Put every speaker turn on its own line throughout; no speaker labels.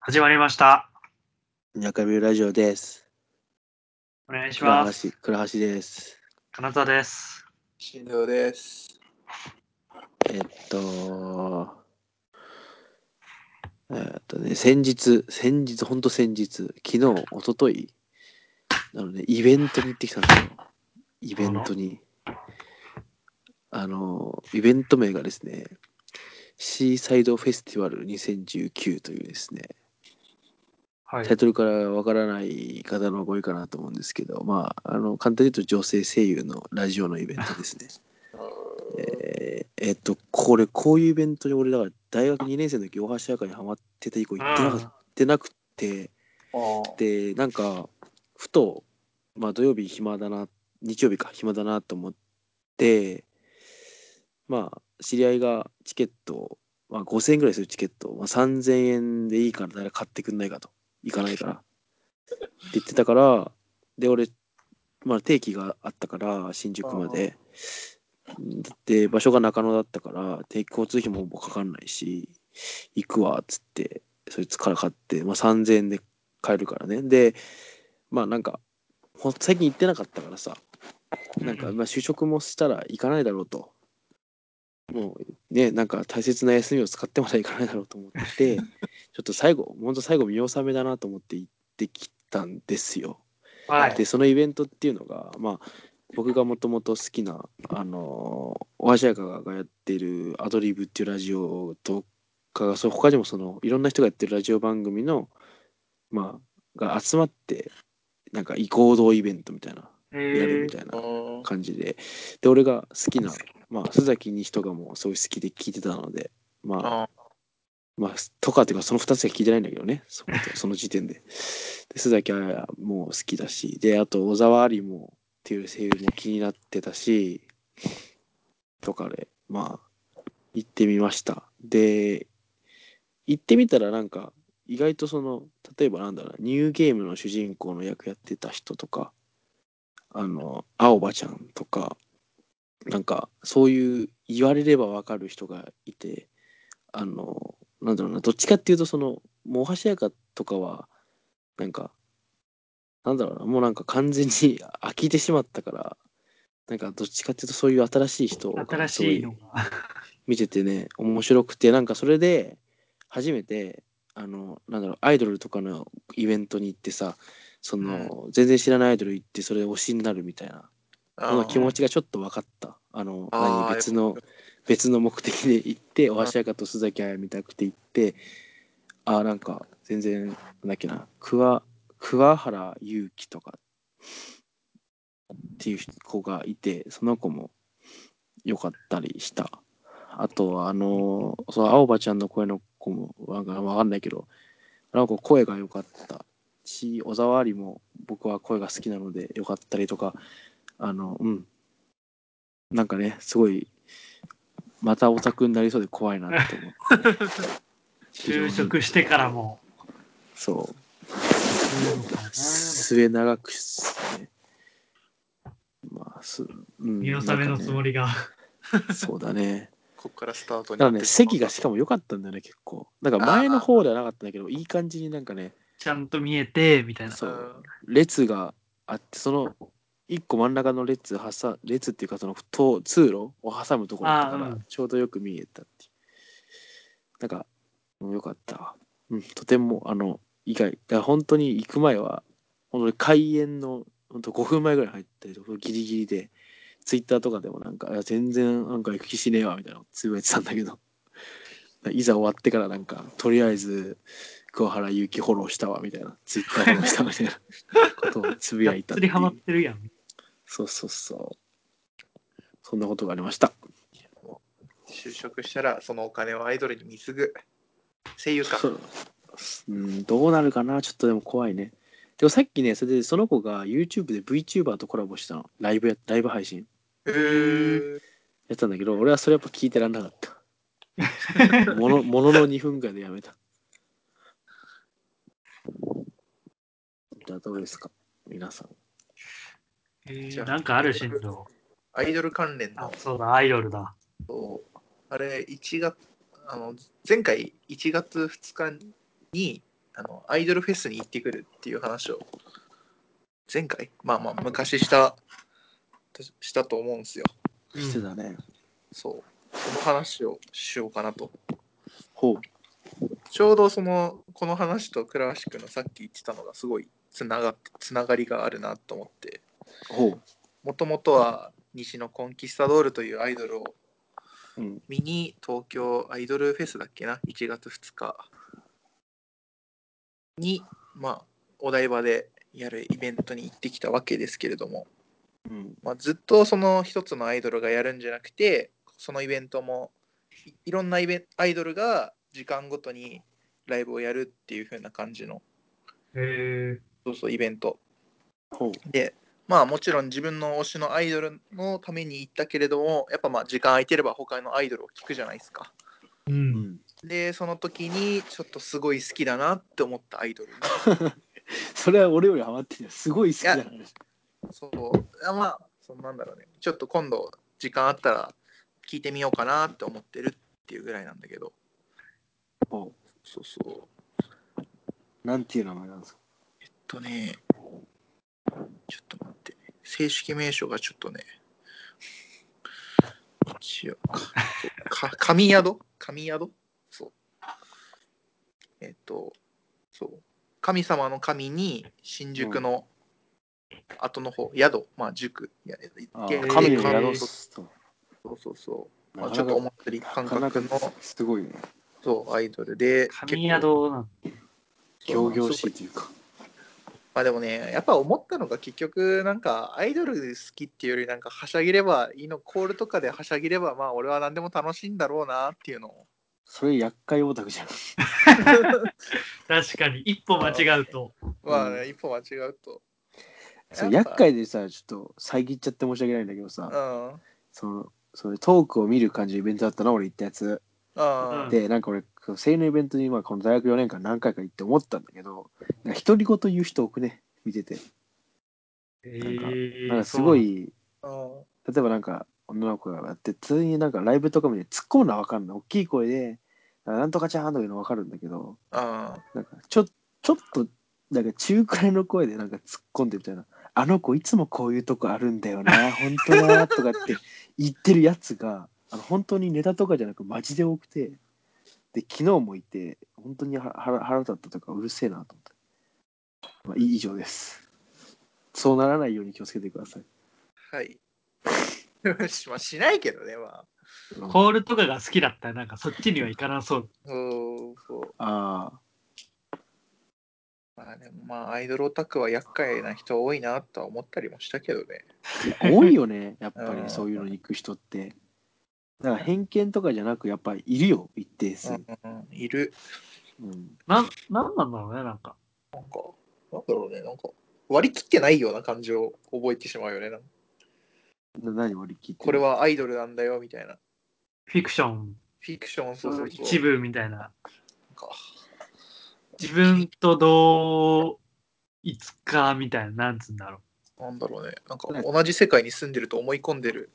始まりました。
中ビラジオです。
お願いし
倉
ます。
橋、倉橋です。
金沢です。
しんどうです。
えっと、えっとね、先日、先日、ほんと先日、昨日、一昨日あのね、イベントに行ってきたんですよ。イベントに。あの、イベント名がですね、シーサイドフェスティバル2019というですね、
はい
タイ。トルからわからない方のご意かなと思うんですけど、まあ、あの簡単に言うと女性声優のラジオのイベントで すね。えーえっと、これ、こういうイベントに俺、だから大学2年生の時、大橋明にハマってて以降行ってなかっ
うん
てなくて、
あー
で、なんか、ふと、まあ、土曜日暇だな、日曜日か、暇だなと思って、まあ、知り合いがチケットを、まあ、5000円ぐらいするチケットを、まあ、3000円でいいから誰か買ってくんないかと行かないからって言ってたからで俺、まあ、定期があったから新宿までで場所が中野だったから定期交通費もほぼかかんないし行くわっつってそいつから買って、まあ、3000円で買えるからねでまあなんかほん最近行ってなかったからさなんか
うん
まあ就職もしたら行かないだろうともうねなんか大切な休みを使ってまで行かないだろうと思って ちょっと最後ほんと最後見納めだなと思って行ってきたんですよ。
はい。
でそのイベントっていうのが、まあ、僕がもともと好きな、あのー、大橋彩香がやってる「アドリブ」っていうラジオとかがそう他にもそのいろんな人がやってるラジオ番組の、まあ、が集まってなんか異行動イベントみたいなやる
え
みたいな
うん
感じでで俺が好きな、まあ、須崎に人がもうすごい好きで聞いてたのでまあ
あ
まあ、とかっていうかその2つは聞いてないんだけどねそことその時点で。で須崎はもう好きだしであと小沢ありもっていう声優も気になってたしとかでまあ行ってみました。で行ってみたらなんか意外とその例えばなんだろうなニューゲームの主人公の役やってた人とかあの青葉ちゃんとかなんかそういう言われればわかる人がいてあのなんだろうなどっちかっていうとそのもう大橋やかとかはなんかなんだろうなもうなんか完全に飽きてしまったからなんかどっちかっていうとそういう新しい人
ー、
が
新
すご
し
い
いのが。
見ててね面白くてなんかそれで初めてあのなんだろうアイドルとかのイベントに行ってさその、全然知らないアイドル行ってそれで推しになるみたいな
あ
の気持ちがちょっと分かったあの
あー
何別の別の目的で行って大橋彩香と須崎彩見たくて行ってあーなんか全然なんだっけな桑桑原祐希とかっていう子がいてその子も良かったりしたあとはあのーその青葉ちゃんの声の子もなんか分かんないけどあの子声が良かったし小沢有も僕は声が好きなので良かったりとかあのうんなんかねすごいまたオタクになりそうで怖いなって思って
就職してからも。
そう
そうかな
末長くっすねまあす、うん
見納めのつもりが。
り、そうだね
ここからスター
だ
トに
から
なって
ね席がしかも良かったんだよね結構だから前の方ではなかったんだけどいい感じになんかね
ちゃんと見えて、みたいな。
そううん列があってその一個真ん中の列挟列っていうかそのと通路を挟むところだった
あー
か
う
ら
ん
ちょうどよく見えたっていうなんかうんよかったわうんとてもあの以外だから本当に行く前は本当に開演の本当5分前ぐらいに入ったりとかギリギリでツイッターとかでもなんかいや全然なんか行く気しねえわみたいなのつぶやいてたんだけど いざ終わってからなんかとりあえず桑原ゆきフォローしたわみたいなツイッターフォローしたみたいな ことをつぶ
がっ
やいたっ
つ
て
り
い
ハマっ
う
てるやん。
そうそうそうそんなことがありました
就職したらそのお金をアイドルに貢ぐ声優か
そううんどうなるかなちょっとでも怖いねでもさっきねそれでその子が YouTube で VTuber とコラボしたのライブやライブ配信
へー
やったんだけど俺はそれやっぱ聞いてらんなかった ものものの2分間でやめたじゃあどうですか皆さん
えーなんかあるしんど。
アイドル関連
あ
の、
そうだ、アイドルだ。
そうあれ1月あの前回1月2日にあのアイドルフェスに行ってくるっていう話を前回まあまあ昔したしたと思うんですよ
う
して
ん
たね。
そうその話をしようかなと
ほう。
ちょうどそのこの話とクラシックのさっき言ってたのがすごいつながつながりがあるなと思って
ほう。
もともとは西のコンキスタドールというアイドルを
うん、
ミニ東京アイドルフェスだっけな1月2日にまあお台場でやるイベントに行ってきたわけですけれども、
うん、
まあ、ずっとその一つのアイドルがやるんじゃなくてそのイベントもいいろんなイベンアイドルが時間ごとにライブをやるっていう風な感じの
へ
そうそうイベント
ほう。
でまあもちろん自分の推しのアイドルのために行ったけれどもやっぱまあ時間空いてれば他のアイドルを聞くじゃないですか
ーう。
うんん。
でその時にちょっとすごい好きだなって思ったアイドル
それは俺よりハマってるよすごい好きだからね。
そうあまあそのなんだろうねちょっと今度時間あったら聞いてみようかなって思ってるっていうぐらいなんだけど
ほ
そうそう
う。なんていう名前なんですか。
えっとねちょっと待ってね正式名称がちょっとね違うかか神宿神宿そうえっとそう神様の神に新宿の後の方、宿まあ塾いや
あ
いや
ー神の
いやいや
宿
いや
すと。
そうそうそう、ま
な
あ、ちょ
か
っと
な
思ったり
か
感
なかな
覚
か
の
すごいね。
そうアイドルで
神宿なん
仰々
し
しいというか。
まあでもね、やっぱ思ったのが結局なんかアイドル好きっていうよりなんかはしゃぎればいいのコールとかではしゃぎればまあ俺は何でも楽しいんだろうなっていうのを
それ厄介オタクじゃん。
確かに、一歩間違うと。
まあね、
う
一歩間違うと。
そう
やっぱ
厄介でさちょっと遮っちゃって申し訳ないんだけどさ、
うん。うん。
そのそれトークを見る感じのイベントだったな俺行ったやつ、
うん
でなんか俺声優のイベントにまあこの大学4年間何回か行って思ったんだけどなんか独り言言う人多くね見ててなんかなんかすごい
うん。
例えばなんか女の子がやって普通になんかライブとか見て突っ込むのは分かんない大きい声で「なんとかちゃん」とかいうの分かるんだけど
うん。
なんかちょちょっとなんか中くらいの声でなんか突っ込んでみたいな「あの子いつもこういうとこあるんだよ な本当だ」とかって言ってるやつがあの本当にネタとかじゃなくマジで多くてで昨日もいて本当には腹腹立ったとかうるせえなと思って、まあ、い以上ですそうならないように気をつけてください
はい。 しまあしないけどね、まあ。
コールとかが好きだったら、なんかそっちには行かなそう。
そうそう。
ああ
まあでもまあアイドルオタクは厄介な人多いなとは思ったりもしたけどね。
多いよ ねやっぱ
うん
りそういうのに行く人ってだから偏見とかじゃなくやっぱりいるよ一定数、
うん。うんいる。
うん、
なん、なんなんだろうね、なんか。
なんか、なんだろうね、なんか割り切ってないような感じを覚えてしまうよね。なんか
な何割り切って
これはアイドルなんだよみたいな。
フィクション
フィクション、そうそ
の
うそう。
一部みたいな。
か
自分とどういつかみたいな、なんつうんだろ
なんだろうね。なんか同じ世界に住んでると思い込んでる。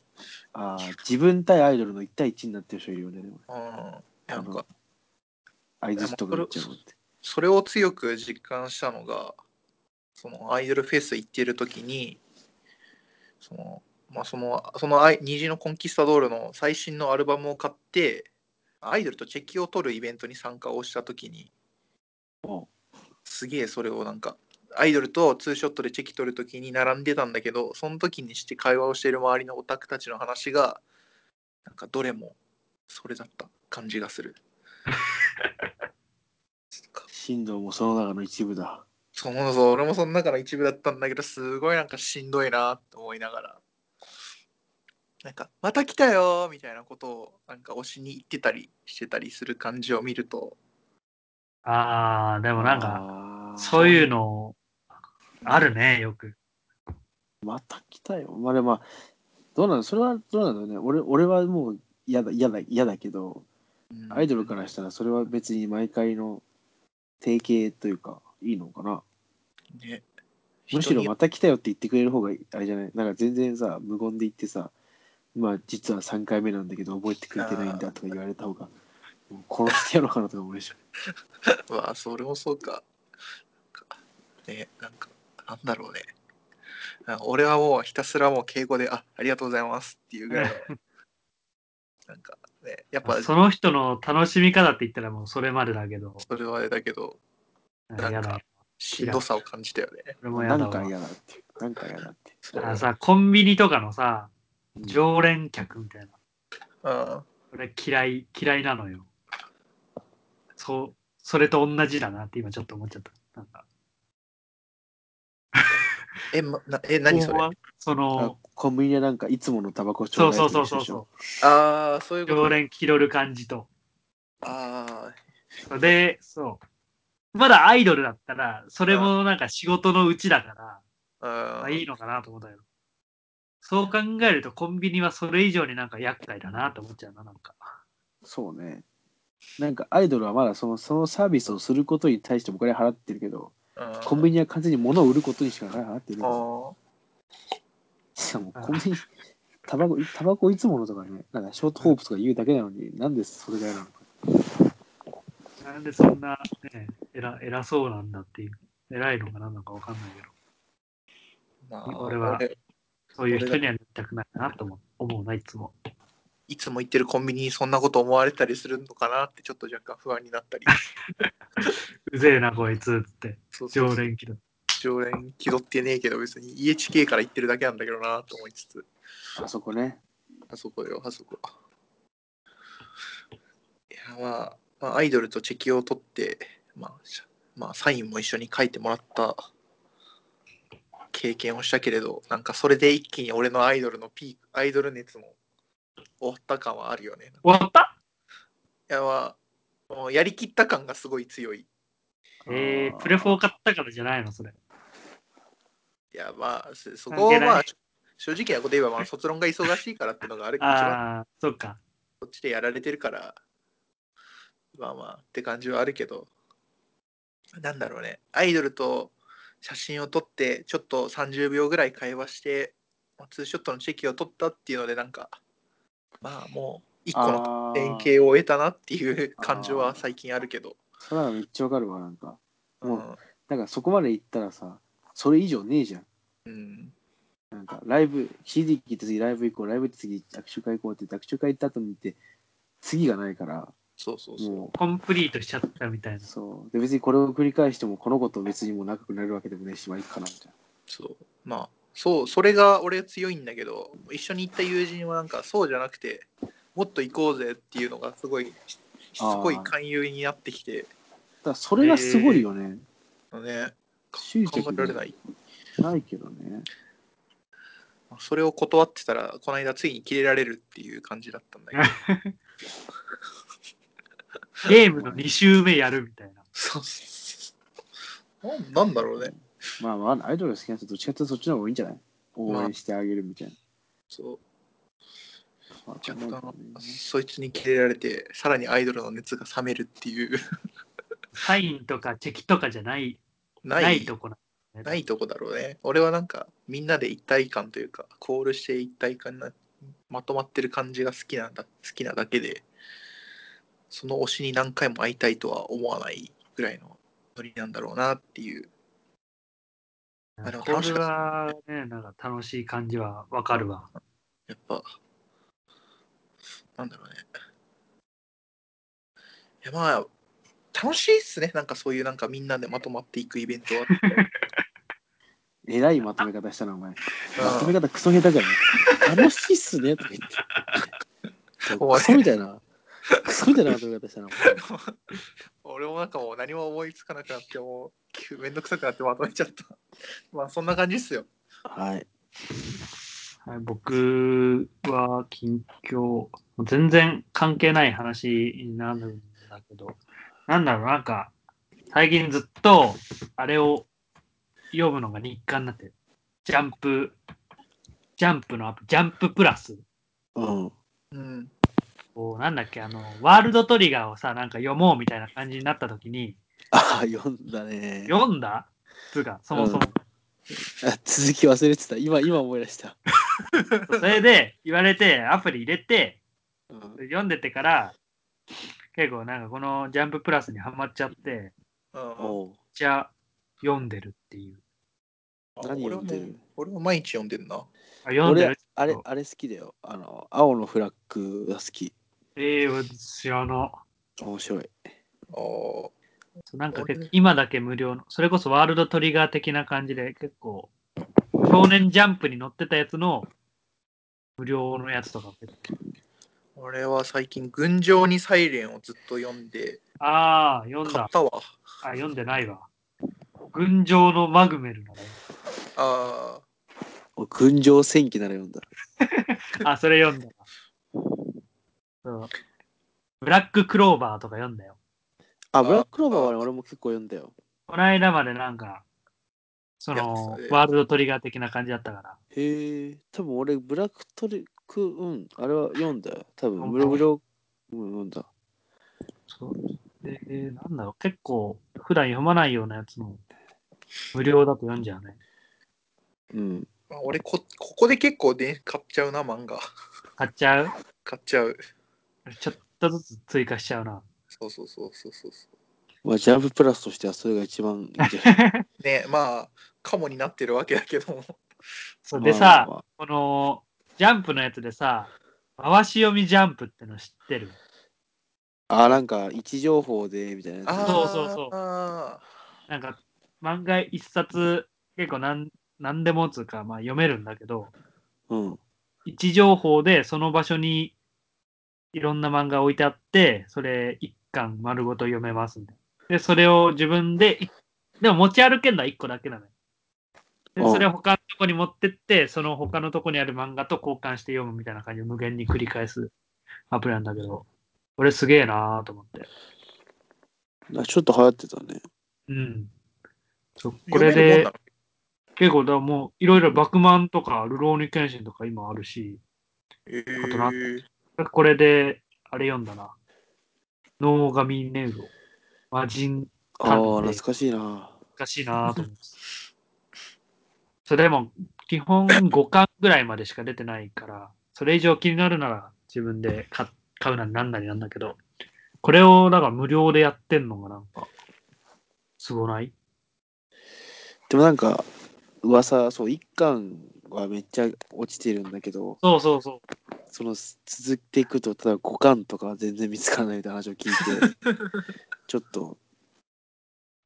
あー自分対アイドルの1対1になってる人いるよねでも
うん。なんか、
相づちとか言っちゃうのって
それを強く実感したのが、そのアイドルフェス行ってる時に、その、まあその、そのアイ虹のコンキスタドールの最新のアルバムを買って、アイドルとチェキを取るイベントに参加をした時に、
おう
すげえそれをなんかアイドルとツーショットでチェキ取るときに並んでたんだけどその時にして会話をしている周りのオタクたちの話がなんかどれもそれだった感じがする
進藤もその中の一部だ
そうそう俺もその中の一部だったんだけどすごいなんかしんどいなと思いながらなんかまた来たよみたいなことをなんか推しに言ってたりしてたりする感じを見ると
う。ああ、でもなんか、
か
そういうの、あるね、よく。
また来たよまあでもまあどうなのそれはどうなんだろうね俺俺はもう嫌だ嫌だ嫌だけど
うん
アイドルからしたらそれは別に毎回の提携というかいいのかな
ね
むし
人
ろ
に
また来たよって言ってくれる方がいいあれじゃないなんか全然さ無言で言ってさまあ実は3回目なんだけど覚えてくれてないんだとか言われた方がもう殺してやろうかなとか思うでしょ
まあそれもそうかね、なんか、なんだろうね。なんか俺はもうひたすらもう敬語で、あ、ありがとうございますっていうぐらい の。なんかね、やっぱ
その人の楽しみ方って言ったらもうそれまでだけど、
それはあれだけど、
あやだ。
しんどさを感じたよね。
俺 もや
な
だ
んか
わ。
嫌だっていう。なんか嫌だっていう。
あのさ、コンビニとかのさ、常連客みたいな。
うん。
俺嫌い、嫌いなのよ。そう、それと同じだなって今ちょっと思っちゃった。なんか、
え、ま、なえ何それ
後半そ
あ
の、
コンビニでなんかいつものタバコち
そ
ょ
う
だ
そ
いうと
そう
一
そ
緒
う
でし
そう。
ょ。
ああ、そういうこと
常。連気取る感じと。
あ
で、そう。まだアイドルだったら、それもなんか仕事のうちだから、
あ、
ま
う
あ、
ん
いいのかなと思ったけど。そう考えるとコンビニはそれ以上になんか厄介だなと思っちゃうな、なんか。
そうね。なんかアイドルはまだそのそのサービスをすることに対してお金払ってるけど、
うん
コンビニは完全に物を売ることにしか金払ってる
あー
しかもコンビニ、タバコ、タバコいつものとかね、なんかショートホープとか言うだけなのに、なんでそれが嫌なのか。
なんでそんな、ね、偉偉そうなんだっていう。偉いのかなんのかわかんないけど。
まあ、
俺は
俺
そういう人にはなりたくないなと思う思うな、いつも。
いつも行ってるコンビニにそんなこと思われたりするのかなってちょっと若干不安になったり。
うぜえな、こいつって。
そうそう
常連気取る。
常連気取ってねえけど別に EHK から行ってるだけなんだけどなと思いつつ
あそこね。
あそこよあそこいやまあ、まあ、アイドルとチェキを取って、まあ、しまあサインも一緒に書いてもらった経験をしたけれどなんかそれで一気に俺のアイドルのピークアイドル熱も終わった感はあるよね
終わった
いやまあもうやりきった感がすごい強い
えー、プレフォー買ったからじゃないの、それ。
いやまあそそ
関
こ
係
は
ない
まあ正直なこと言えばまあ卒論が忙しいからっていうのがあるかもしれない
ああ、そっか。
こっちでやられてるから、まあまあって感じはあるけど、なんだろうね、アイドルと写真を撮って、ちょっと30秒ぐらい会話して、まあツーショットのチェキを撮ったっていうので、なんか、まあもう、一個の
あ
連
ー
携を得たなっていう
あー
感情は最近あるけど、
それはめっちゃわかるわ、なんか。
う、
もうんなんかそこまで行ったらさ、それ以上ねえじゃん。
うん、
なんかライブ、CD 聴いて次ライブ行こう、ライブ行って次握手会行こうって握手会行った後に行って、次がないから、
そうそうそう。
も、
コンプリートしちゃったみたいうな。
そう。で、別にこれを繰り返しても、この子と別にもう仲良くなるわけでもねえし、まあいいかな、みたい
そうまあそうそれが俺強いんだけど一緒に行った友人はなんかそうじゃなくてもっと行こうぜっていうのがすごいししつこ
あ
い
ー
勧誘になってきて
な。だからそれがすごいよね。
ねか
執
考
着
えられない
ないけどね。
それを断ってたらこの間ついにキレられるっていう感じだったんだけど
ゲームの2周目やるみたいな。
そうそうそうなんなんだろうね
まあまあ、アイドルが好きな人、どっちかっていうとそっちの方がいいんじゃない応援してあげるみたいな。
そう
わかんないけ
若
どね
干そいつにキレられてさらにアイドルの熱が冷めるっていう
サインとかチェキとかじゃない、
ない
ないとこなのね
ないとこだろうね。俺はなんかみんなで一体感というかコールして一体感なまとまってる感じが好きなんだ好きなだけでその推しに何回も会いたいとは思わないぐらいのノリなんだろうなっていう。あでも
こ
楽
れ
しかっ
はね、なんか楽しい感じはわかるわ。
やっぱなんだろうね。いやまあ楽しいっすねなんかそういうなんかみんなでまとまっていくイベン トは。
えらいまとめ方したな、お前。まと
う
め
ん
方クソ下手じゃない楽しいっすね、とか言って。
お前
クソみたいな。クソみたいなまとめ方したな、お前
俺もなんかもう何も思いつかなくなってもう急めんどくさくなってまとめちゃった。 まあそんな感じっすよ。
はい。
はい、僕は近況、全然関係ない話になるんだけど、なんだろう、なんか、最近ずっと、あれを読むのが日課になってる、ジャンプ、ジャンプのアプリ、ジャンププラス
うん。
うん。
を、なんだっけ、あの、ワールドトリガーをさ、なんか読もうみたいな感じになった時に、
ああ、読んだね。
読んだつうか、そもそも。
あ続き忘れてた。今、今思い出した。
それで、言われて、アプリ入れて、
うん
読んでてから結構なんかこの「ジャンププラス」にハマっちゃって
うん
おう
ちゃ読んでるっていう。
あ
何
俺
読
は
ん
も
で
う
る
俺は毎日読んでんな。
あ読んで
俺
る
あれあれ好きだよあの青のフラッグが好き
ええ知らな。
面白い
あー
なんか結構
俺
今だけ無料の、それこそワールドトリガー的な感じで結構、少年ジャンプに載ってたやつの無料のやつとか結構。
俺は最近、群青にサイレンをずっと読んで、
ああ、読ん
買
だ
っ。たわ。
あ、読んでないわ。群青のマグメルのね。
ああ、
俺群青戦記なら読んだ
あ、それ読んだわ。そう。ブラッククローバーとか読んだよ。
あブラッククローバーはね俺も結構読んだよ
この間までなんか、そ
いや
の
それ
ワールドトリガー的な感じだったから。
へえ多分俺ブラックトリクうんあれは読んだよ多
本
分
当
ブロブロうん読んだ
そう。で、えーなんだろう、結構普段読まないようなやつも無料だと読んじゃうね。
うん
まあ俺こ、ここで結構で買っちゃうな、漫画。
買っちゃう
買っちゃう。
ちょっとずつ追加しちゃうな。
そうそうそうそうそうそ
まあジャンププラスとしてはそれが一番いいんじゃない
う。ねまあ、カモになってるわけだけ ども。
そうで
まあ
さ、
まあまあ
このジャンプのやつでさ、回し読みジャンプっての知ってる
あなんか位置情報でみたいなやつ
あー
そうそうそう
あ
なんか漫画一冊結構なん何でもつうか、まあ、読めるんだけど、
うん
位置情報でその場所にいろんな漫画置いてあって、それ一巻丸ごと読めますんで。で、それを自分で、いでも持ち歩けるのは一個だけなのよ。で、
うん
それを他のとこに持ってって、その他のとこにある漫画と交換して読むみたいな感じで無限に繰り返すアプリなんだけど、これすげえなーと思って。
あちょっと流行ってたね
うん。そう
ー
これ
読めるもん
で
なの
結構だからもういろいろバクマンとかルローニケンシンとか今あるし、
え
ことな
ー、
これで、あれ読んだな。ノーガミネウロ。魔人、
ああ懐かしいな
難しいなと思って。それでも、基本5巻ぐらいまでしか出てないから、それ以上気になるなら自分で買買うなりなんなりなんだけど、これをだから無料でやってんのがなんか、すごない
でもなんか噂そう一巻はめっちゃ落ちてるんだけど
そうそうそう。
その続いていくとただ五巻とかは全然見つからないみたいな話を 聞いてちょっと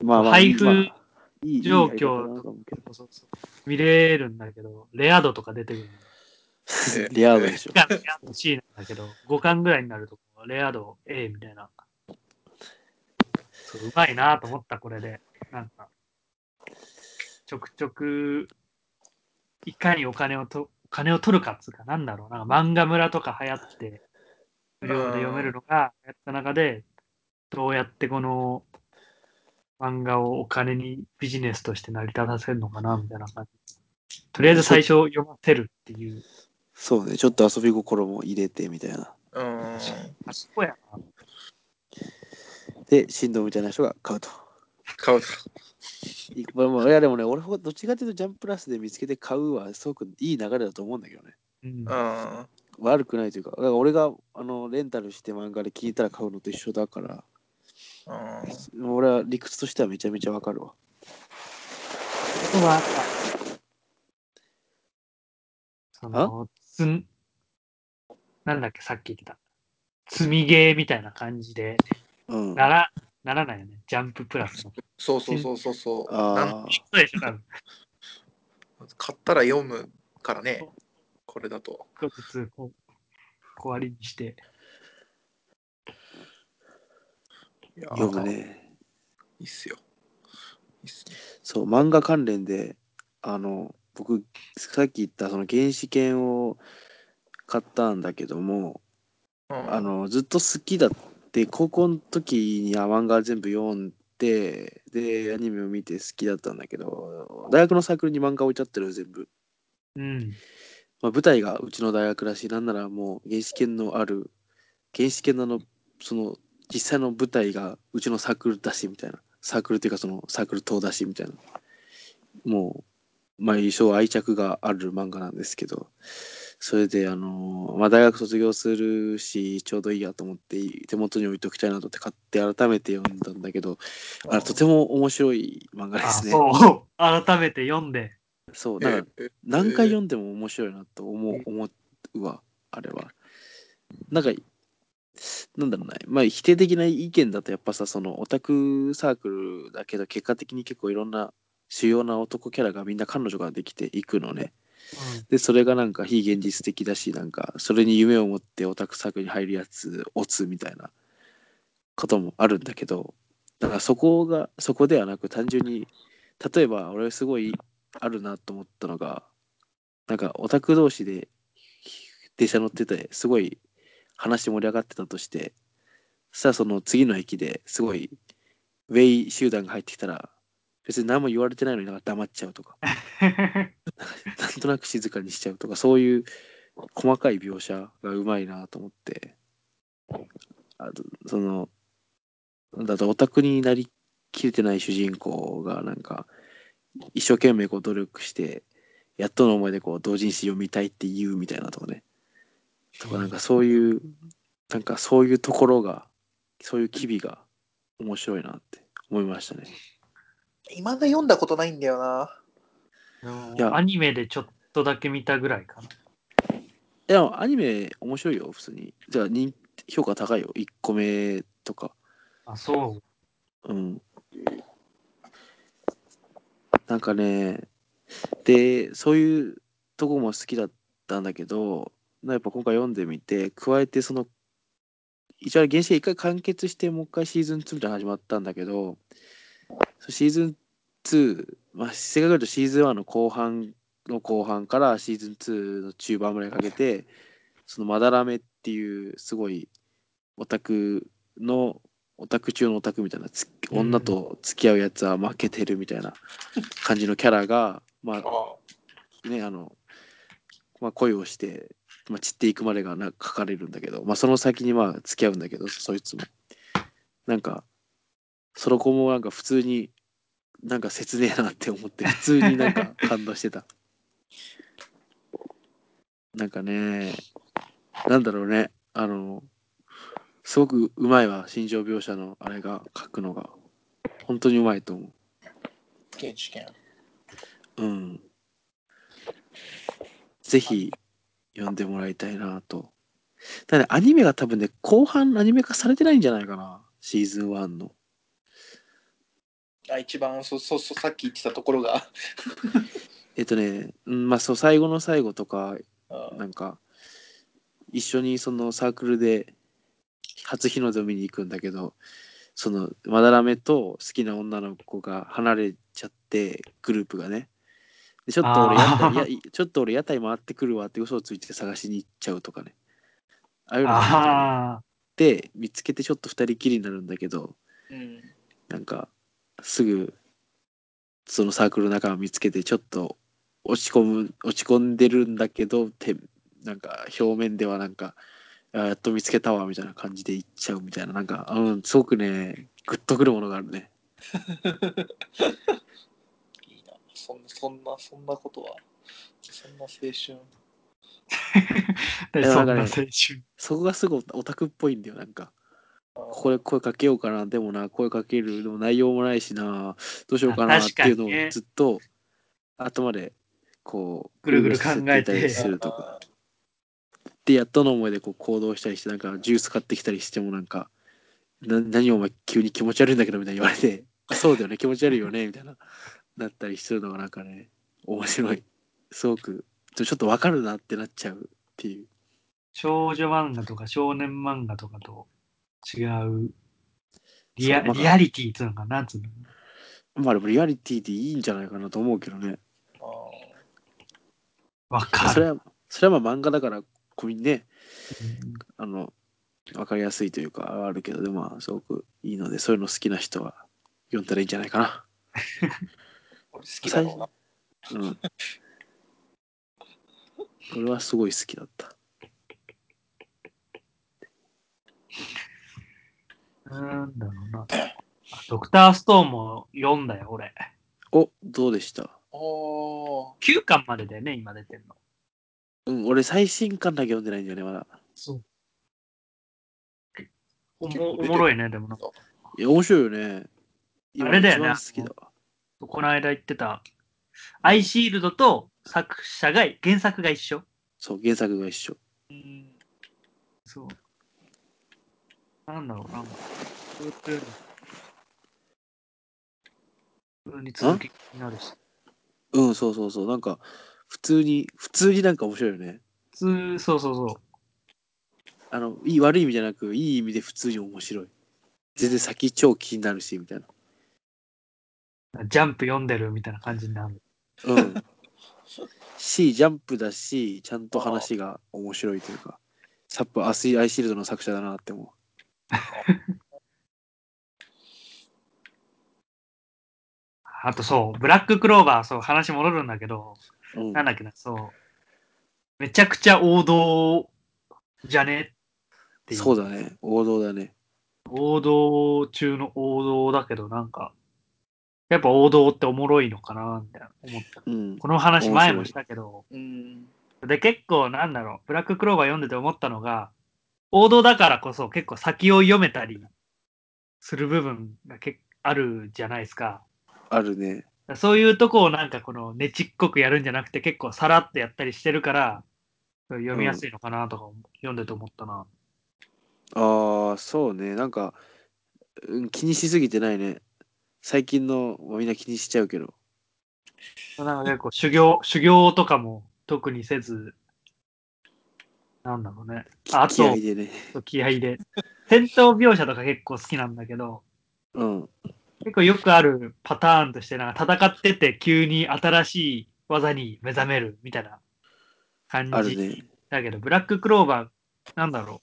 まあまあ
配布
まあいい
状況
いいやり方だと思うけど
そうそうそう見れるんだけど、レア度とか出てくる。
え
リアルでし
1
ょ
巻レア度 C なんだけど、5巻ぐらいになると、レア度 A みたいな。そううまいなと思った、これで。なんか、ちょくちょく、いかにお金をと、お金を取るかっつうか、なんだろうな、漫画村とか流行って、無料で読めるのがやった中で、どうやってこの漫画をお金にビジネスとして成り立たせるのかな、みたいな感じ。とりあえず最初読ませるっていう。
そうねちょっと遊び心も入れてみたいな
うーん。
あそこやな。
で振動みたいな人が買うと
買う。
いいまあまあいやでもね俺ほどっちかっていうとジャンププラスで見つけて買うはすごくいい流れだと思うんだけどね
うん
う。ん。
悪くないというかだから俺があのレンタルして漫画で聞いたら買うのと一緒だから
うん
俺は理屈としてはめちゃめちゃわかるわ
あとは、その、つん、なんだっけ、さっき言ってた。積みゲーみたいな感じで、
うん
なら、ならないよね。ジャンププラスの。
そうそうそうそうそう。なん
ああ
そうでしょ、多分。
買ったら読むからね。これだと。
一個ずつ、こう、小割りにして。
いや
読む。ね
いいっすよ。いいっすね。
そう漫画関連であの僕さっき言ったその原始犬を買ったんだけども
うん
あのずっと好きだって高校の時には漫画全部読んででアニメを見て好きだったんだけど大学のサークルに漫画置いちゃってるよ全部、
うん。
まあ、舞台がうちの大学だしなんならもう原始犬のある原始犬のあのその実際の舞台がうちのサークルだしみたいなサークルっていうかそのサークル党だしみたいなもうまあ一生愛着がある漫画なんですけどそれであのーまあ、大学卒業するしちょうどいいやと思って手元に置いときたいなと思って買って改めて読んだんだけどあれとても面白い漫画
あ
ですね。
そう。改めて読んで。
そう
え
なんか
え
何回読んでも面白いなと思う思うわあれは。なんかなんだろうな、まあ、否定的な意見だとやっぱさそのオタクサークルだけど結果的に結構いろんな主要な男キャラがみんな彼女ができていくのね。でそれがなんか非現実的だしなんかそれに夢を持ってオタクサークルに入るやつオツみたいなこともあるんだけどだからそこがそこではなく単純に例えば俺すごいあるなと思ったのがなんかオタク同士で電車乗っててすごい話盛り上がってたとしてさあその次の駅ですごいウェイ集団が入ってきたら別に何も言われてないのになんか黙っちゃうとか なんとなく静かにしちゃうとかそういう細かい描写がうまいなと思ってあとそのだとオタクになりきれてない主人公がなんか一生懸命こう努力してやっとの思いでこう同人誌読みたいって言うみたいなとかねとかなんかそういうなんかそういうところがそういう機微が面白いなって思いましたね。
いまだ読んだことないんだよな。
うん
いや
アニメでちょっとだけ見たぐらいかな。
いや、アニメ面白いよ、普通に。じゃあ、人評価高いよ、1個目とか。
あ、そう。
うん。なんかね、で、そういうとこも好きだったんだけど、なやっぱ今回読んでみて、加えてその、一応あれ原始が一回完結して、もう一回シーズン2みたいなの始まったんだけど、そうシーズン2、まあ、正確に言うとシーズン1の後半の後半からシーズン2の中盤ぐらいにかけて、そのまだらめっていう、すごい、オタクのオタク中のオタクみたいなつ
うん
女と付き合うやつは負けてるみたいな感じのキャラが、ま
あ
あねあの、まあ、恋をして、まあ、散っていくまでがな書かれるんだけど、まあ、その先にまあ付き合うんだけどそいつもなんかその子もなんか普通になんか切ねえなって思って普通になんか感動してたなんかねなんだろうねあのすごくうまいわ心情描写のあれが書くのが本当にうまいと思
刑事件。
ううんぜひ読んでもらいたいなとただねアニメが多分ね後半アニメ化されてないんじゃないかなシーズン1の
あ、一番そそそさっき言ってたところが。
えっとねうんまあそう最後の最後とか
うん
なんか一緒にそのサークルで初日の出を見に行くんだけどそのまだらめと好きな女の子が離れちゃってグループがねでちょっと俺
あー
ややちょっと俺屋台回ってくるわって嘘をついて探しに行っちゃうとかねああいうのが
ああ。
で見つけてちょっと二人きりになるんだけど
うん。
なんかすぐそのサークルの中を見つけてちょっと落ち込む落ち込んでるんだけどてなんか表面ではなんかあーやっと見つけたわみたいな感じで行っちゃうみたいななんか、うん、すごくねグッとくるものがあるね
いいな。そんな、そんな、そんなことは。そんな青春。
で、
いや
そん
な
なん
か
青
ね
春。
そこがすごくオタクっぽいんだよなんかこ
こ
こで声かけようかなでもな声かけるでも内容もないしなどうしようか
あ
なっ
確
て
か
いう
に
の
ね
をずっと後までこう
ぐるぐる考えて
ぐるぐるさせいたりするとか。でやっとの思いでこう行動したりしてなんかジュース買ってきたりしてもなんか「な何お前急に気持ち悪いんだけど」みたいに言われて 「あそうだよね気持ち悪いよね」みたいななったりするのがなんかね面白いすごくちょちょっとわかるなってなっちゃうっていう
少女漫画とか少年漫画とかと違うリア
そうなんか
リアリティっていうのかな、つうの。
まあでもリアリティでいいんじゃないかなと思うけどね
ああ
わか
それ
る。
はそれはまあ漫画だからこういうね
うん
あのわかりやすいというかあるけどでもまあすごくいいのでそういうの好きな人は読んだらいいんじゃないかな
俺好きだろう
う
な。
ん。俺はすごい好きだった。
なんだろうな。あドクターストーンも読んだよ、俺。
お、どうでした
おお。
9巻までだよね、今出てんの。
うん、俺最新刊だけ読んでないんだよね、まだ。
そう。お
結
もお
構出てる
もろいね、でもなんか
いや、面白いよね。
あれだよね
今一番好きだわ。
この間言ってた、アイシールドと作者が、原作が一緒。
そう、原作が一緒。
そう。なんだろう、なんか。ずっと読んで普通に続きになるし。
うん、そうそうそう。なんか、普通に、普通になんか面白いよね。
普通、そうそうそう。
あの、いい、悪い意味じゃなく、いい意味で普通に面白い。全然先超気になるし、みたいな。
ジャンプ読んでるみたいな感じになる。
うん。し、ジャンプだし、ちゃんと話が面白いというか、サップ、アスイアイシールドの作者だなって思
あとそう、ブラッククローバー、そう、話戻るんだけど、
う。うん。
なんだっけな、そう。めちゃくちゃ王道じゃねっていう。
そうだね。王道だね。
王道中の王道だけど、なんか、やっぱ王道っておもろいのかな、みたいな思った。
うん。
この話前も
面白い
したけど、
うん。
で、結構なんだろう、ブラッククローバー読んでて思ったのが、王道だからこそ結構先を読めたりする部分が結構あるじゃないですか。
あるね。
そういうとこをなんかこのねちっこくやるんじゃなくて結構さらっとやったりしてるから読みやすいのかなとか思読んでて思ったな。
ああ、そうね。なんか、うん、気にしすぎてないね。最近の、まあみんな気にしちゃうけど。
なんか結構修行、修行とかも特にせず、なんだろうね。ああ
気合
と
い、でね。
気合で。戦闘描写とか結構好きなんだけど、
うん。
結構よくあるパターンとしてなんか戦ってて急に新しい技に目覚めるみたいな感
ある
じ、
ね。
だけどブラッククローバーなんだろ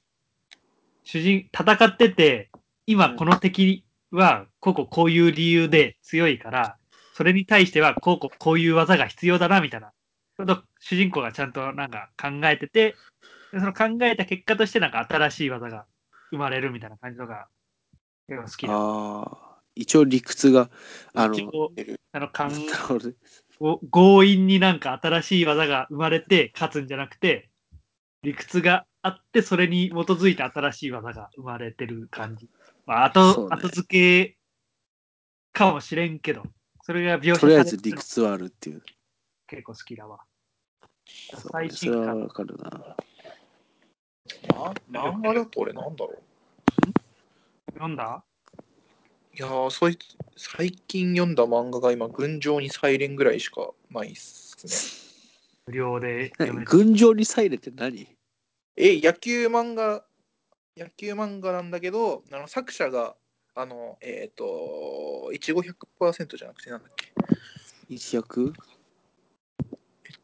う主人戦ってて今この敵はこうこうこういう理由で強いからそれに対してはこうこうこういう技が必要だなみたいなこと主人公がちゃんとなんか考えててでその考えた結果としてなんか新しい技が生まれるみたいな感じとか結構好きな
ああ。一応理屈が、あの、
一応あの考え
なるほどね
を強引になんか新しい技が生まれて勝つんじゃなくて理屈があってそれに基づいて新しい技が生まれてる感じ、まあ、
そう
後
ね
後付けかもしれんけどそれが描写
と
さ
りあ
れ
え
て
ず理
るの
屈はあるっていう。
結構好きだわ
そうね
最
そ
新
れは
刊
わかるな。
な漫画だと俺なんだろう。
読んだ
いやーそい最近読んだ漫画が今、群青にサイレンぐらいしかないっすね。
無料で読め
何
る
群青にサイレンって何
え、野球漫画、野球漫画なんだけど、あの作者が、あの、えっ、と、いちご100%じゃなくて、なんだっけ。
一役
えっ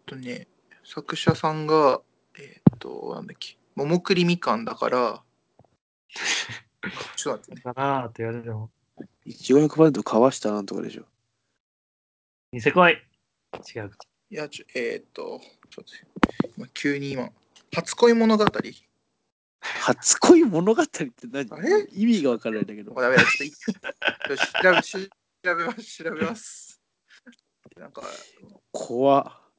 とね、作者さんが、えっと、なんだっけ、桃栗みかんだ から、ちょっと待ってね。
かなーって言われても
一応100%とかわしたなんとかでしょ。
見せこい違う
いや、ちょえっと、ちょっと待って、今、急に今、初恋物語。
初恋物語って何
あれ
意味がわからないんだけど
もう。ダメだ、ちょっといよし調べし調べます、調べます。なんか、
怖っ。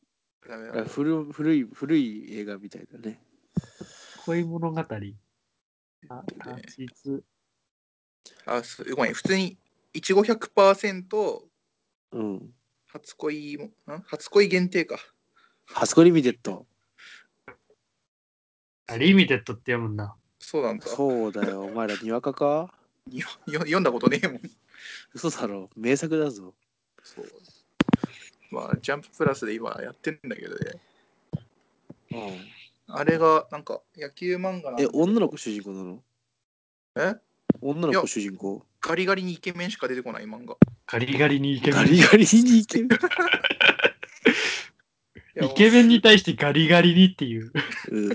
ダメだ
あ。古古い古い映画みたいだね。
恋物語あ立ち
あ、すごめん、普通に、いちご100%、
うん。
初恋も、ん初恋限定か。
初恋リミテッド。
あリミテッドって読むんだ
そうなんだ。
そうだよ。お前らにわかか
よよ読んだことねえもん。
嘘だろ。名作だぞ。
そう。まあ、ジャンププラスで今やってんだけどね。
うん、
あれが、なんか、野球漫画なんだけ
え、
ど
女の子主人公なの
え
女の子主人公。
ガリガリにイケメンしか出てこない漫画。
ガリガリにイケメ
ガ
ン
リガリにイケメ
いや
イケメンに対してガリガリにっていう
ン。うん、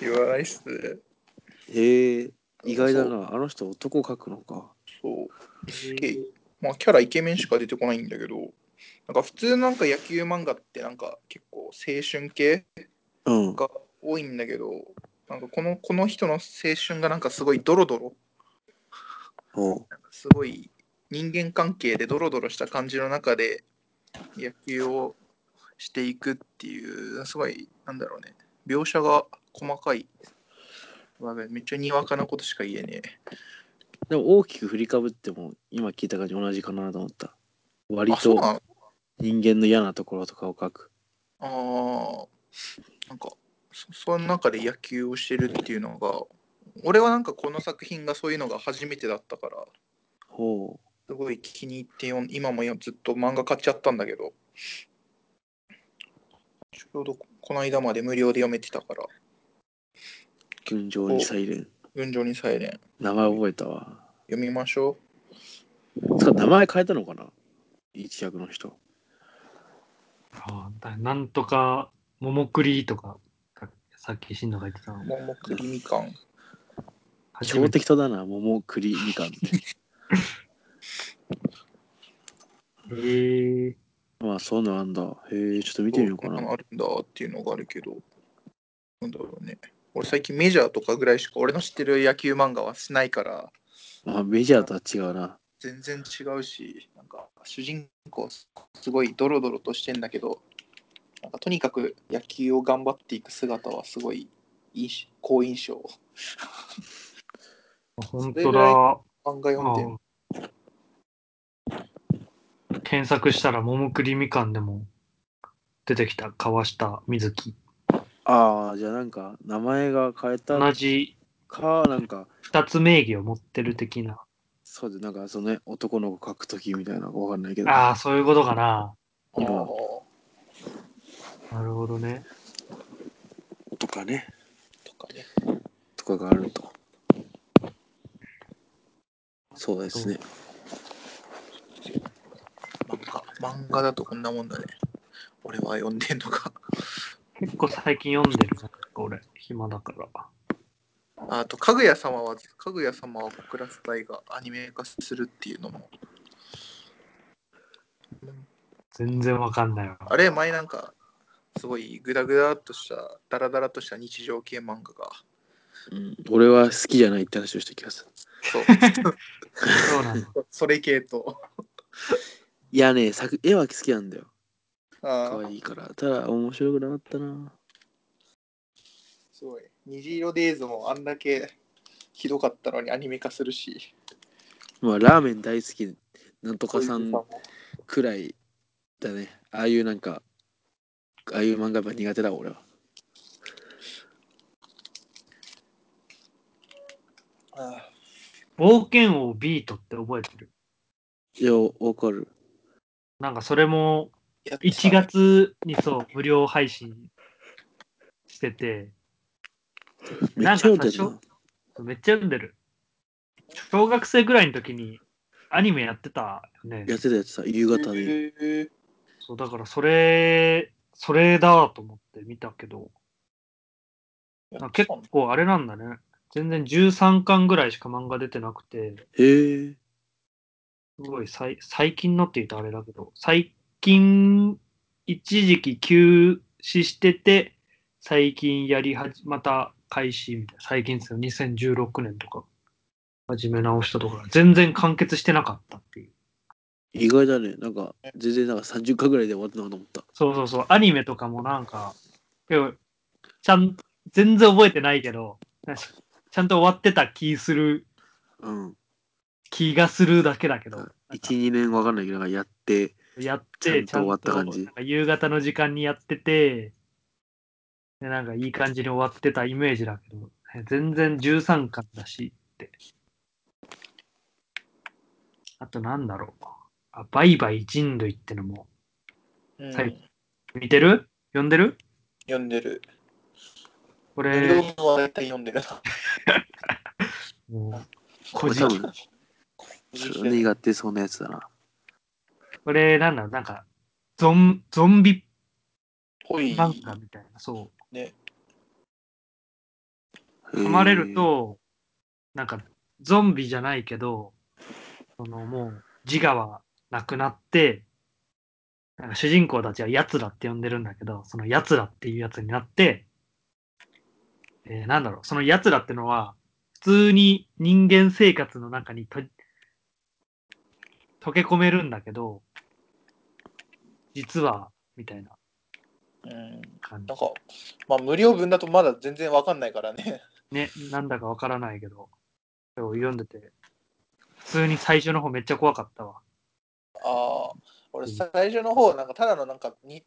言わないっすね。
へえ、意外だな。あの人男描くのか。
そう。すげえ。まあ、キャライケメンしか出てこないんだけど、なんか普通なんか野球漫画ってなんか結構青春系
うん。
が多いんだけど、なんかこのこの人の青春がなんかすごいドロドロ、
おう
すごい人間関係でドロドロした感じの中で野球をしていくっていう、すごいなんだろうね描写が細かいまあめっちゃにわかなことしか言えねえ
でも大きく振りかぶっても今聞いた感じ同じかなと思った割
あそう
と
なの
人間の嫌なところとかを書く
あーなんかそその中で野球をしてるっていうのが俺はなんかこの作品がそういうのが初めてだったから
ほう
すごい気に入って読ん今もよずっと漫画買っちゃったんだけどちょうどここの間まで無料で読めてたから
群青にサイレン
「群青にサイレン
名前覚えたわ」
読みましょ
つか名前変えたのかな一役の人
あーだなんとか、桃栗とか、かさっき新野が言ってた
う「
の。
桃栗みかん
初
超
めて
適当だな桃栗みかんって
えー、
まあそうなんだへえちょっと見てみようか
こん
な
のあるんだっていうのがあるけどなんだろうね俺最近メジャーとかぐらいしか俺の知ってる野球漫画はしないから
まあメジャーとは違うな
全然違うしなんか主人公すすごいドロドロとしてんだけどなんかとにかく野球を頑張っていく姿はすごいいいし好印象
本
それ
当
ぐらい
だ。
漫画読んでる
うん検索したら、桃栗みかんでも出てきた、川下美月。
ああじゃあなんか名前が変えた
同じ
かなんか
二つ名義を持ってる的な。
そうでなんかそのね男の子書くときみたいなのがわかんないけど
ああ、そういうことかな。
あー
なるほどね。
とかね
とかね
とかがあるとそうですね
漫画漫画だとこんなもんだね俺は読んでんのか
結構最近読んでるな、俺。暇だから。
あと、かぐや様は、かぐや様はクラス隊がアニメ化するっていうのも。
全然わかんないわ。
あれ、前なんか、すごいグダグダっとした、ダラダラとした日常系漫画が。
うん、俺は好きじゃないって話をした気がする。
そう、
そうなの。
そ れ系と。
いやね、作絵は好きなんだよ。可
ああ、
愛いから。ただ、面白くなかったな。
すごい。虹色デイズもあんだけひどかったのにアニメ化するし。
まあ、ラーメン大好き、なんとかさん
小
くらいだね。ああいうなんか、ああいう漫画は苦手だ、俺は。
泉さんもああ
冒険王ビートって覚えてる。
いや、わかる。
なんかそれも
やってた
1月にそう無料配信してて、
めっちゃ読んでる
なん
な
か。めっちゃ読んでる。小学生ぐらいの時にアニメやってたよね
や。ってたやつさ、夕方
へ
に。
え
そうだからそれ、それだと思って見たけど、なんか結構あれなんだね。全然13巻ぐらいしか漫画出てなくて、
へえ。
すごい最最近のって言うとあれだけど、最近、一時期休止してて、最近やりはじ、また開始みたいな、最近ですよ、2016年とか、始め直したところ、全然完結してなかったっていう。
意外だね。なんか、全然なんか30巻ぐらいで終わったなと思った。
そうそうそう、アニメとかもなんか、でもちゃん、全然覚えてないけど、なんかちゃんと終わってた気する、
うん。
気がするだけだけど
1、、2年わかんないけど、なんかやって、
やっ
ちゃ
て、
んと
ちゃん
終わ
と
った感じ
なんか夕方の時間にやってて、でなんかいい感じに終わってたイメージだけど、全然13巻だしって。あとなんだろう。あ、バイバイ人類ってのも、
うん
はい見てる読んでる
読んでる。
こ
無
れ
料、のは大体読んでるな。
もう
こ
個
れ
人
多分、それ苦手そうなやつだな。
これなんだろう、なんか、ゾン、ゾンビ
ぽい。
漫画みたいな、そう。
ね。
噛まれると、なんかゾンビじゃないけど、そのもう自我はなくなって、なんか主人公たちは奴らって呼んでるんだけど、その奴らっていうやつになって、えーなんだろう、その奴らってのは、普通に人間生活の中にと溶け込めるんだけど、実は、みたいな。
うん、
感じ
なんか、まあ、無料分だとまだ全然わかんないからね。
ね、なんだかわからないけど、でも読んでて、普通に最初の方めっちゃ怖かったわ。
ああ、俺
うん
最初の方、なんかただのなんかに、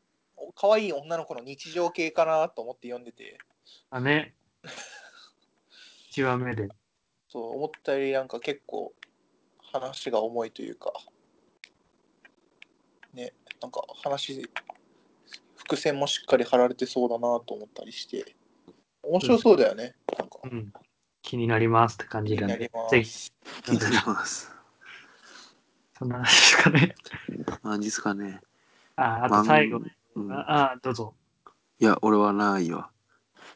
可愛い女の子の日常系かなと思って読んでて、
あね、1話目で。
そう思ったよりなんか結構話が重いというか、ね、なんか話、伏線もしっかり張られてそうだなと思ったりして、面白そうだよね。なんか
うん、気になりますって感じなん
気にな
で
りま、す
ぜひ、
気になります。
そんな話ですかね。
何ですかね。
あ、あと最後、
うん、い
ああ、どうぞ。
や、俺はないわ。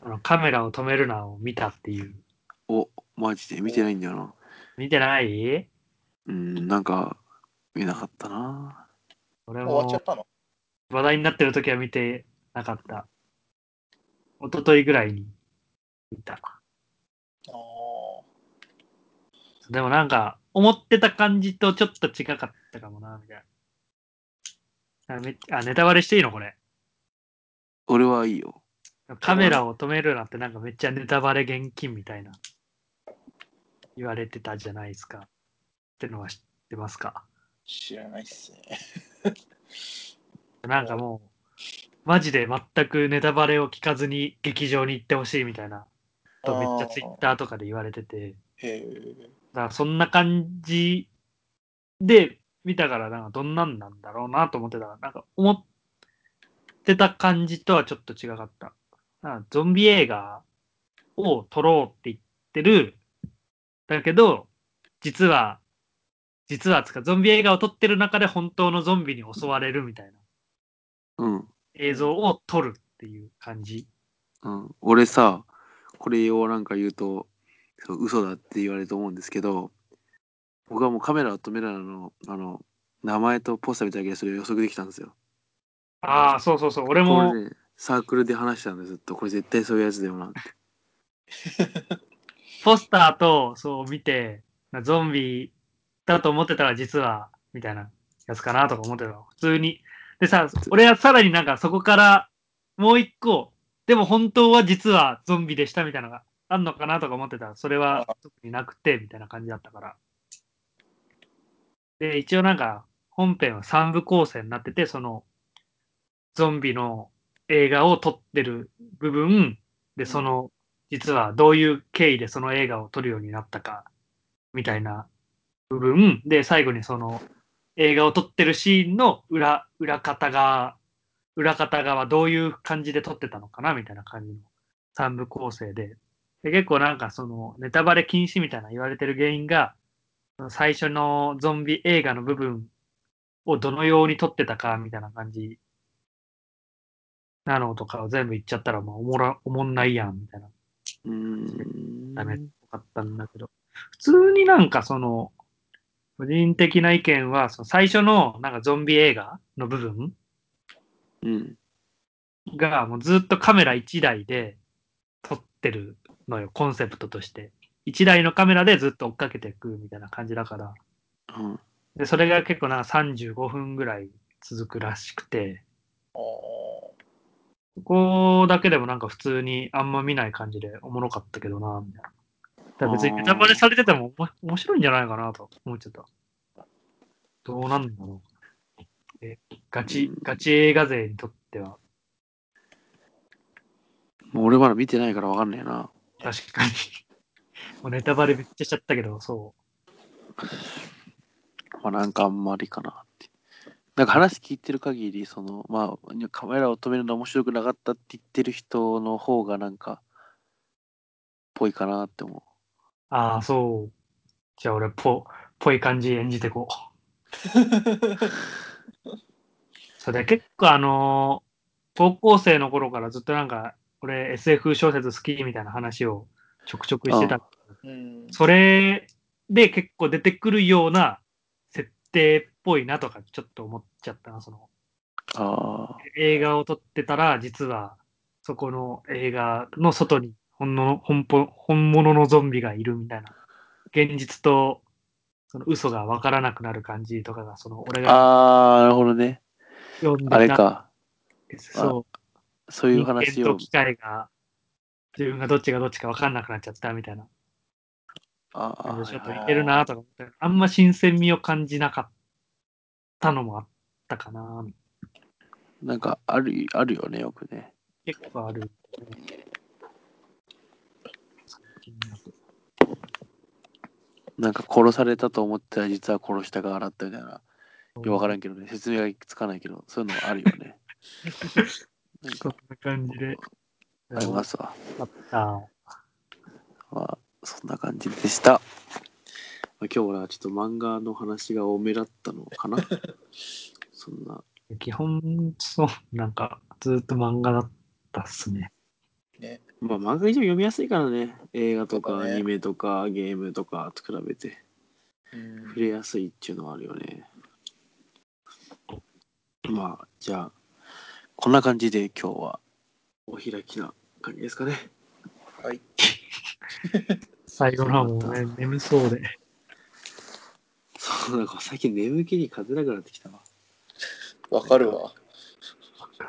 あのカメラを止めるなを見たっていう。
お、マジで見てないんだよな。
見てない
うん、なんか、見なかったな。
俺
もう終わっち
も
ゃったの
話題になってる時は見てなかった。一昨日ぐらいに見た。
ああ。
でもなんか、思ってた感じとちょっと違かったかもな、みたいな。あめあ、ネタバレしていいのこれ。
俺はいいよ。
カメラを止めるなってなんかめっちゃネタバレ厳禁みたいな。言われてたじゃないですか。ってのは知ってますか
知らないっすね。
なんかもう、マジで全くネタバレを聞かずに劇場に行ってほしいみたいな。とめっちゃツイッターとかで言われてて。
へえ。
だからそんな感じで見たからなんかどんなんなんだろうなと思ってたらなんか思ってた感じとはちょっと違かったなんかゾンビ映画を撮ろうって言ってるだけど実は実はつかゾンビ映画を撮ってる中で本当のゾンビに襲われるみたいな
うん、
映像を撮るっていう感じ
うん。俺さ、これをなんか言うと、そう嘘だって言われると思うんですけど、僕はもうカメラを止めるなの、あの、名前とポスター見ただけでそれを予測できたんですよ。
ああそうそうそう俺
こ
も
れね、サークルで話したんですずっと、これ絶対そういうやつだよなって。
ポスターとそう見て、なゾンビだと思ってたら実は、みたいなやつかなとか思ってたの。普通に。でさ、俺はさらになんかそこからもう一個、でも本当は実はゾンビでしたみたいなのがあんのかなとか思ってたら、それは特になくて、みたいな感じだったから。で、一応なんか本編は3部構成になってて、そのゾンビの映画を撮ってる部分、で、その、実はどういう経緯でその映画を撮るようになったかみたいな部分で最後にその映画を撮ってるシーンの裏裏方が裏方側どういう感じで撮ってたのかなみたいな感じの3部構成でで結構なんかそのネタバレ禁止みたいな言われてる原因がその最初のゾンビ映画の部分をどのように撮ってたかみたいな感じなのとかを全部言っちゃったらもうおもらおもんないやんみたいな
うーん。
ダメっぽかったんだけど、普通になんかその、個人的な意見は、その最初のなんかゾンビ映画の部分
うん。
がもうずっとカメラ1台で撮ってるのよ、コンセプトとして。1台のカメラでずっと追っかけていくみたいな感じだから。
うん。
で、それが結構なんか35分ぐらい続くらしくて、
ああ。
ここだけでもなんか普通にあんま見ない感じでおもろかったけどな、みたいな。だから別にネタバレされててもおも面白いんじゃないかなと思っちゃった。どうなんだろう。え、ガチ
うん、
ガチ映画勢にとっては、
もう俺まだ見てないからわかんないな。
確かに。 もうネタバレめっちゃしちゃったけど、そ
まあなんかあんまりかなって。なんか話聞いてる限り、その、まあ、カメラを止めるの面白くなかったって言ってる人の方がなんか、ぽいかなって思
う。ああ、そう。じゃあ俺、ぽ、ぽい感じ演じてこう。それ結構あのー高校生の頃からずっとなんか、俺 SF 小説好きみたいな話をちょくちょくしてた
あ
うん。
それで結構出てくるような設定っぽいなとかちょっと思っちゃったな、その
う。ああ。
映画を撮ってたら実はそこの映画の外にほんの本本本物のゾンビがいるみたいな現実とその嘘がわからなくなる感じとかがその俺が
ああ、なるほどね。
読んでた
あれか。
そう
そういう話
人間
を
と機械が、自分がどっちがどっちか分かんなくなっちゃったみたいな。
ああ
ちょっと
はい
い
はい
けるなとか思って、あんま新鮮味を感じなかったのもあったかな。
なんかあるあるよねよくね
結構ある、
なんか殺されたと思ったら実は殺した側だったみたいなよくわから
ん。
んけどね説明がつかないけどそういうのあるよ ねなん
そん
か
な感じで。
ありますわ
よかった。
まあそんな感じでした、まあ、今日はちょっと漫画の話が多めだったのか なそんな
基本、そう、なんか、ずっと漫画だったっすね。
ね。
まあ漫画以上読みやすいからね映画と
そう
か
だ
ア
ね
ニメとかゲームとかと比べて
うん
触れやすいっていうのはあるよねまあじゃあこんな感じで今日はお開きな感じですかね
はい。
最後の方も、ね、眠そうで。
そうなんか最近眠気に勝てなくなってきたわ
わかるわ。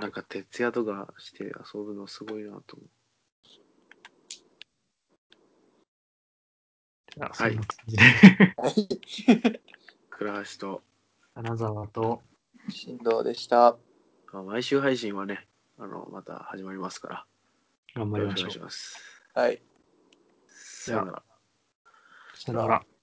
なんか徹夜とかして遊ぶのすごいなと思う
じゃあ、そ
はい
んな感じで、
倉橋と
金沢と、
振動でした。
まあ毎週配信はねあのまた始まりますか
頑張
ら
り
よろ
ま
しくお
しょ
願
う
いし。ます
はい。
さよなら
さよなら。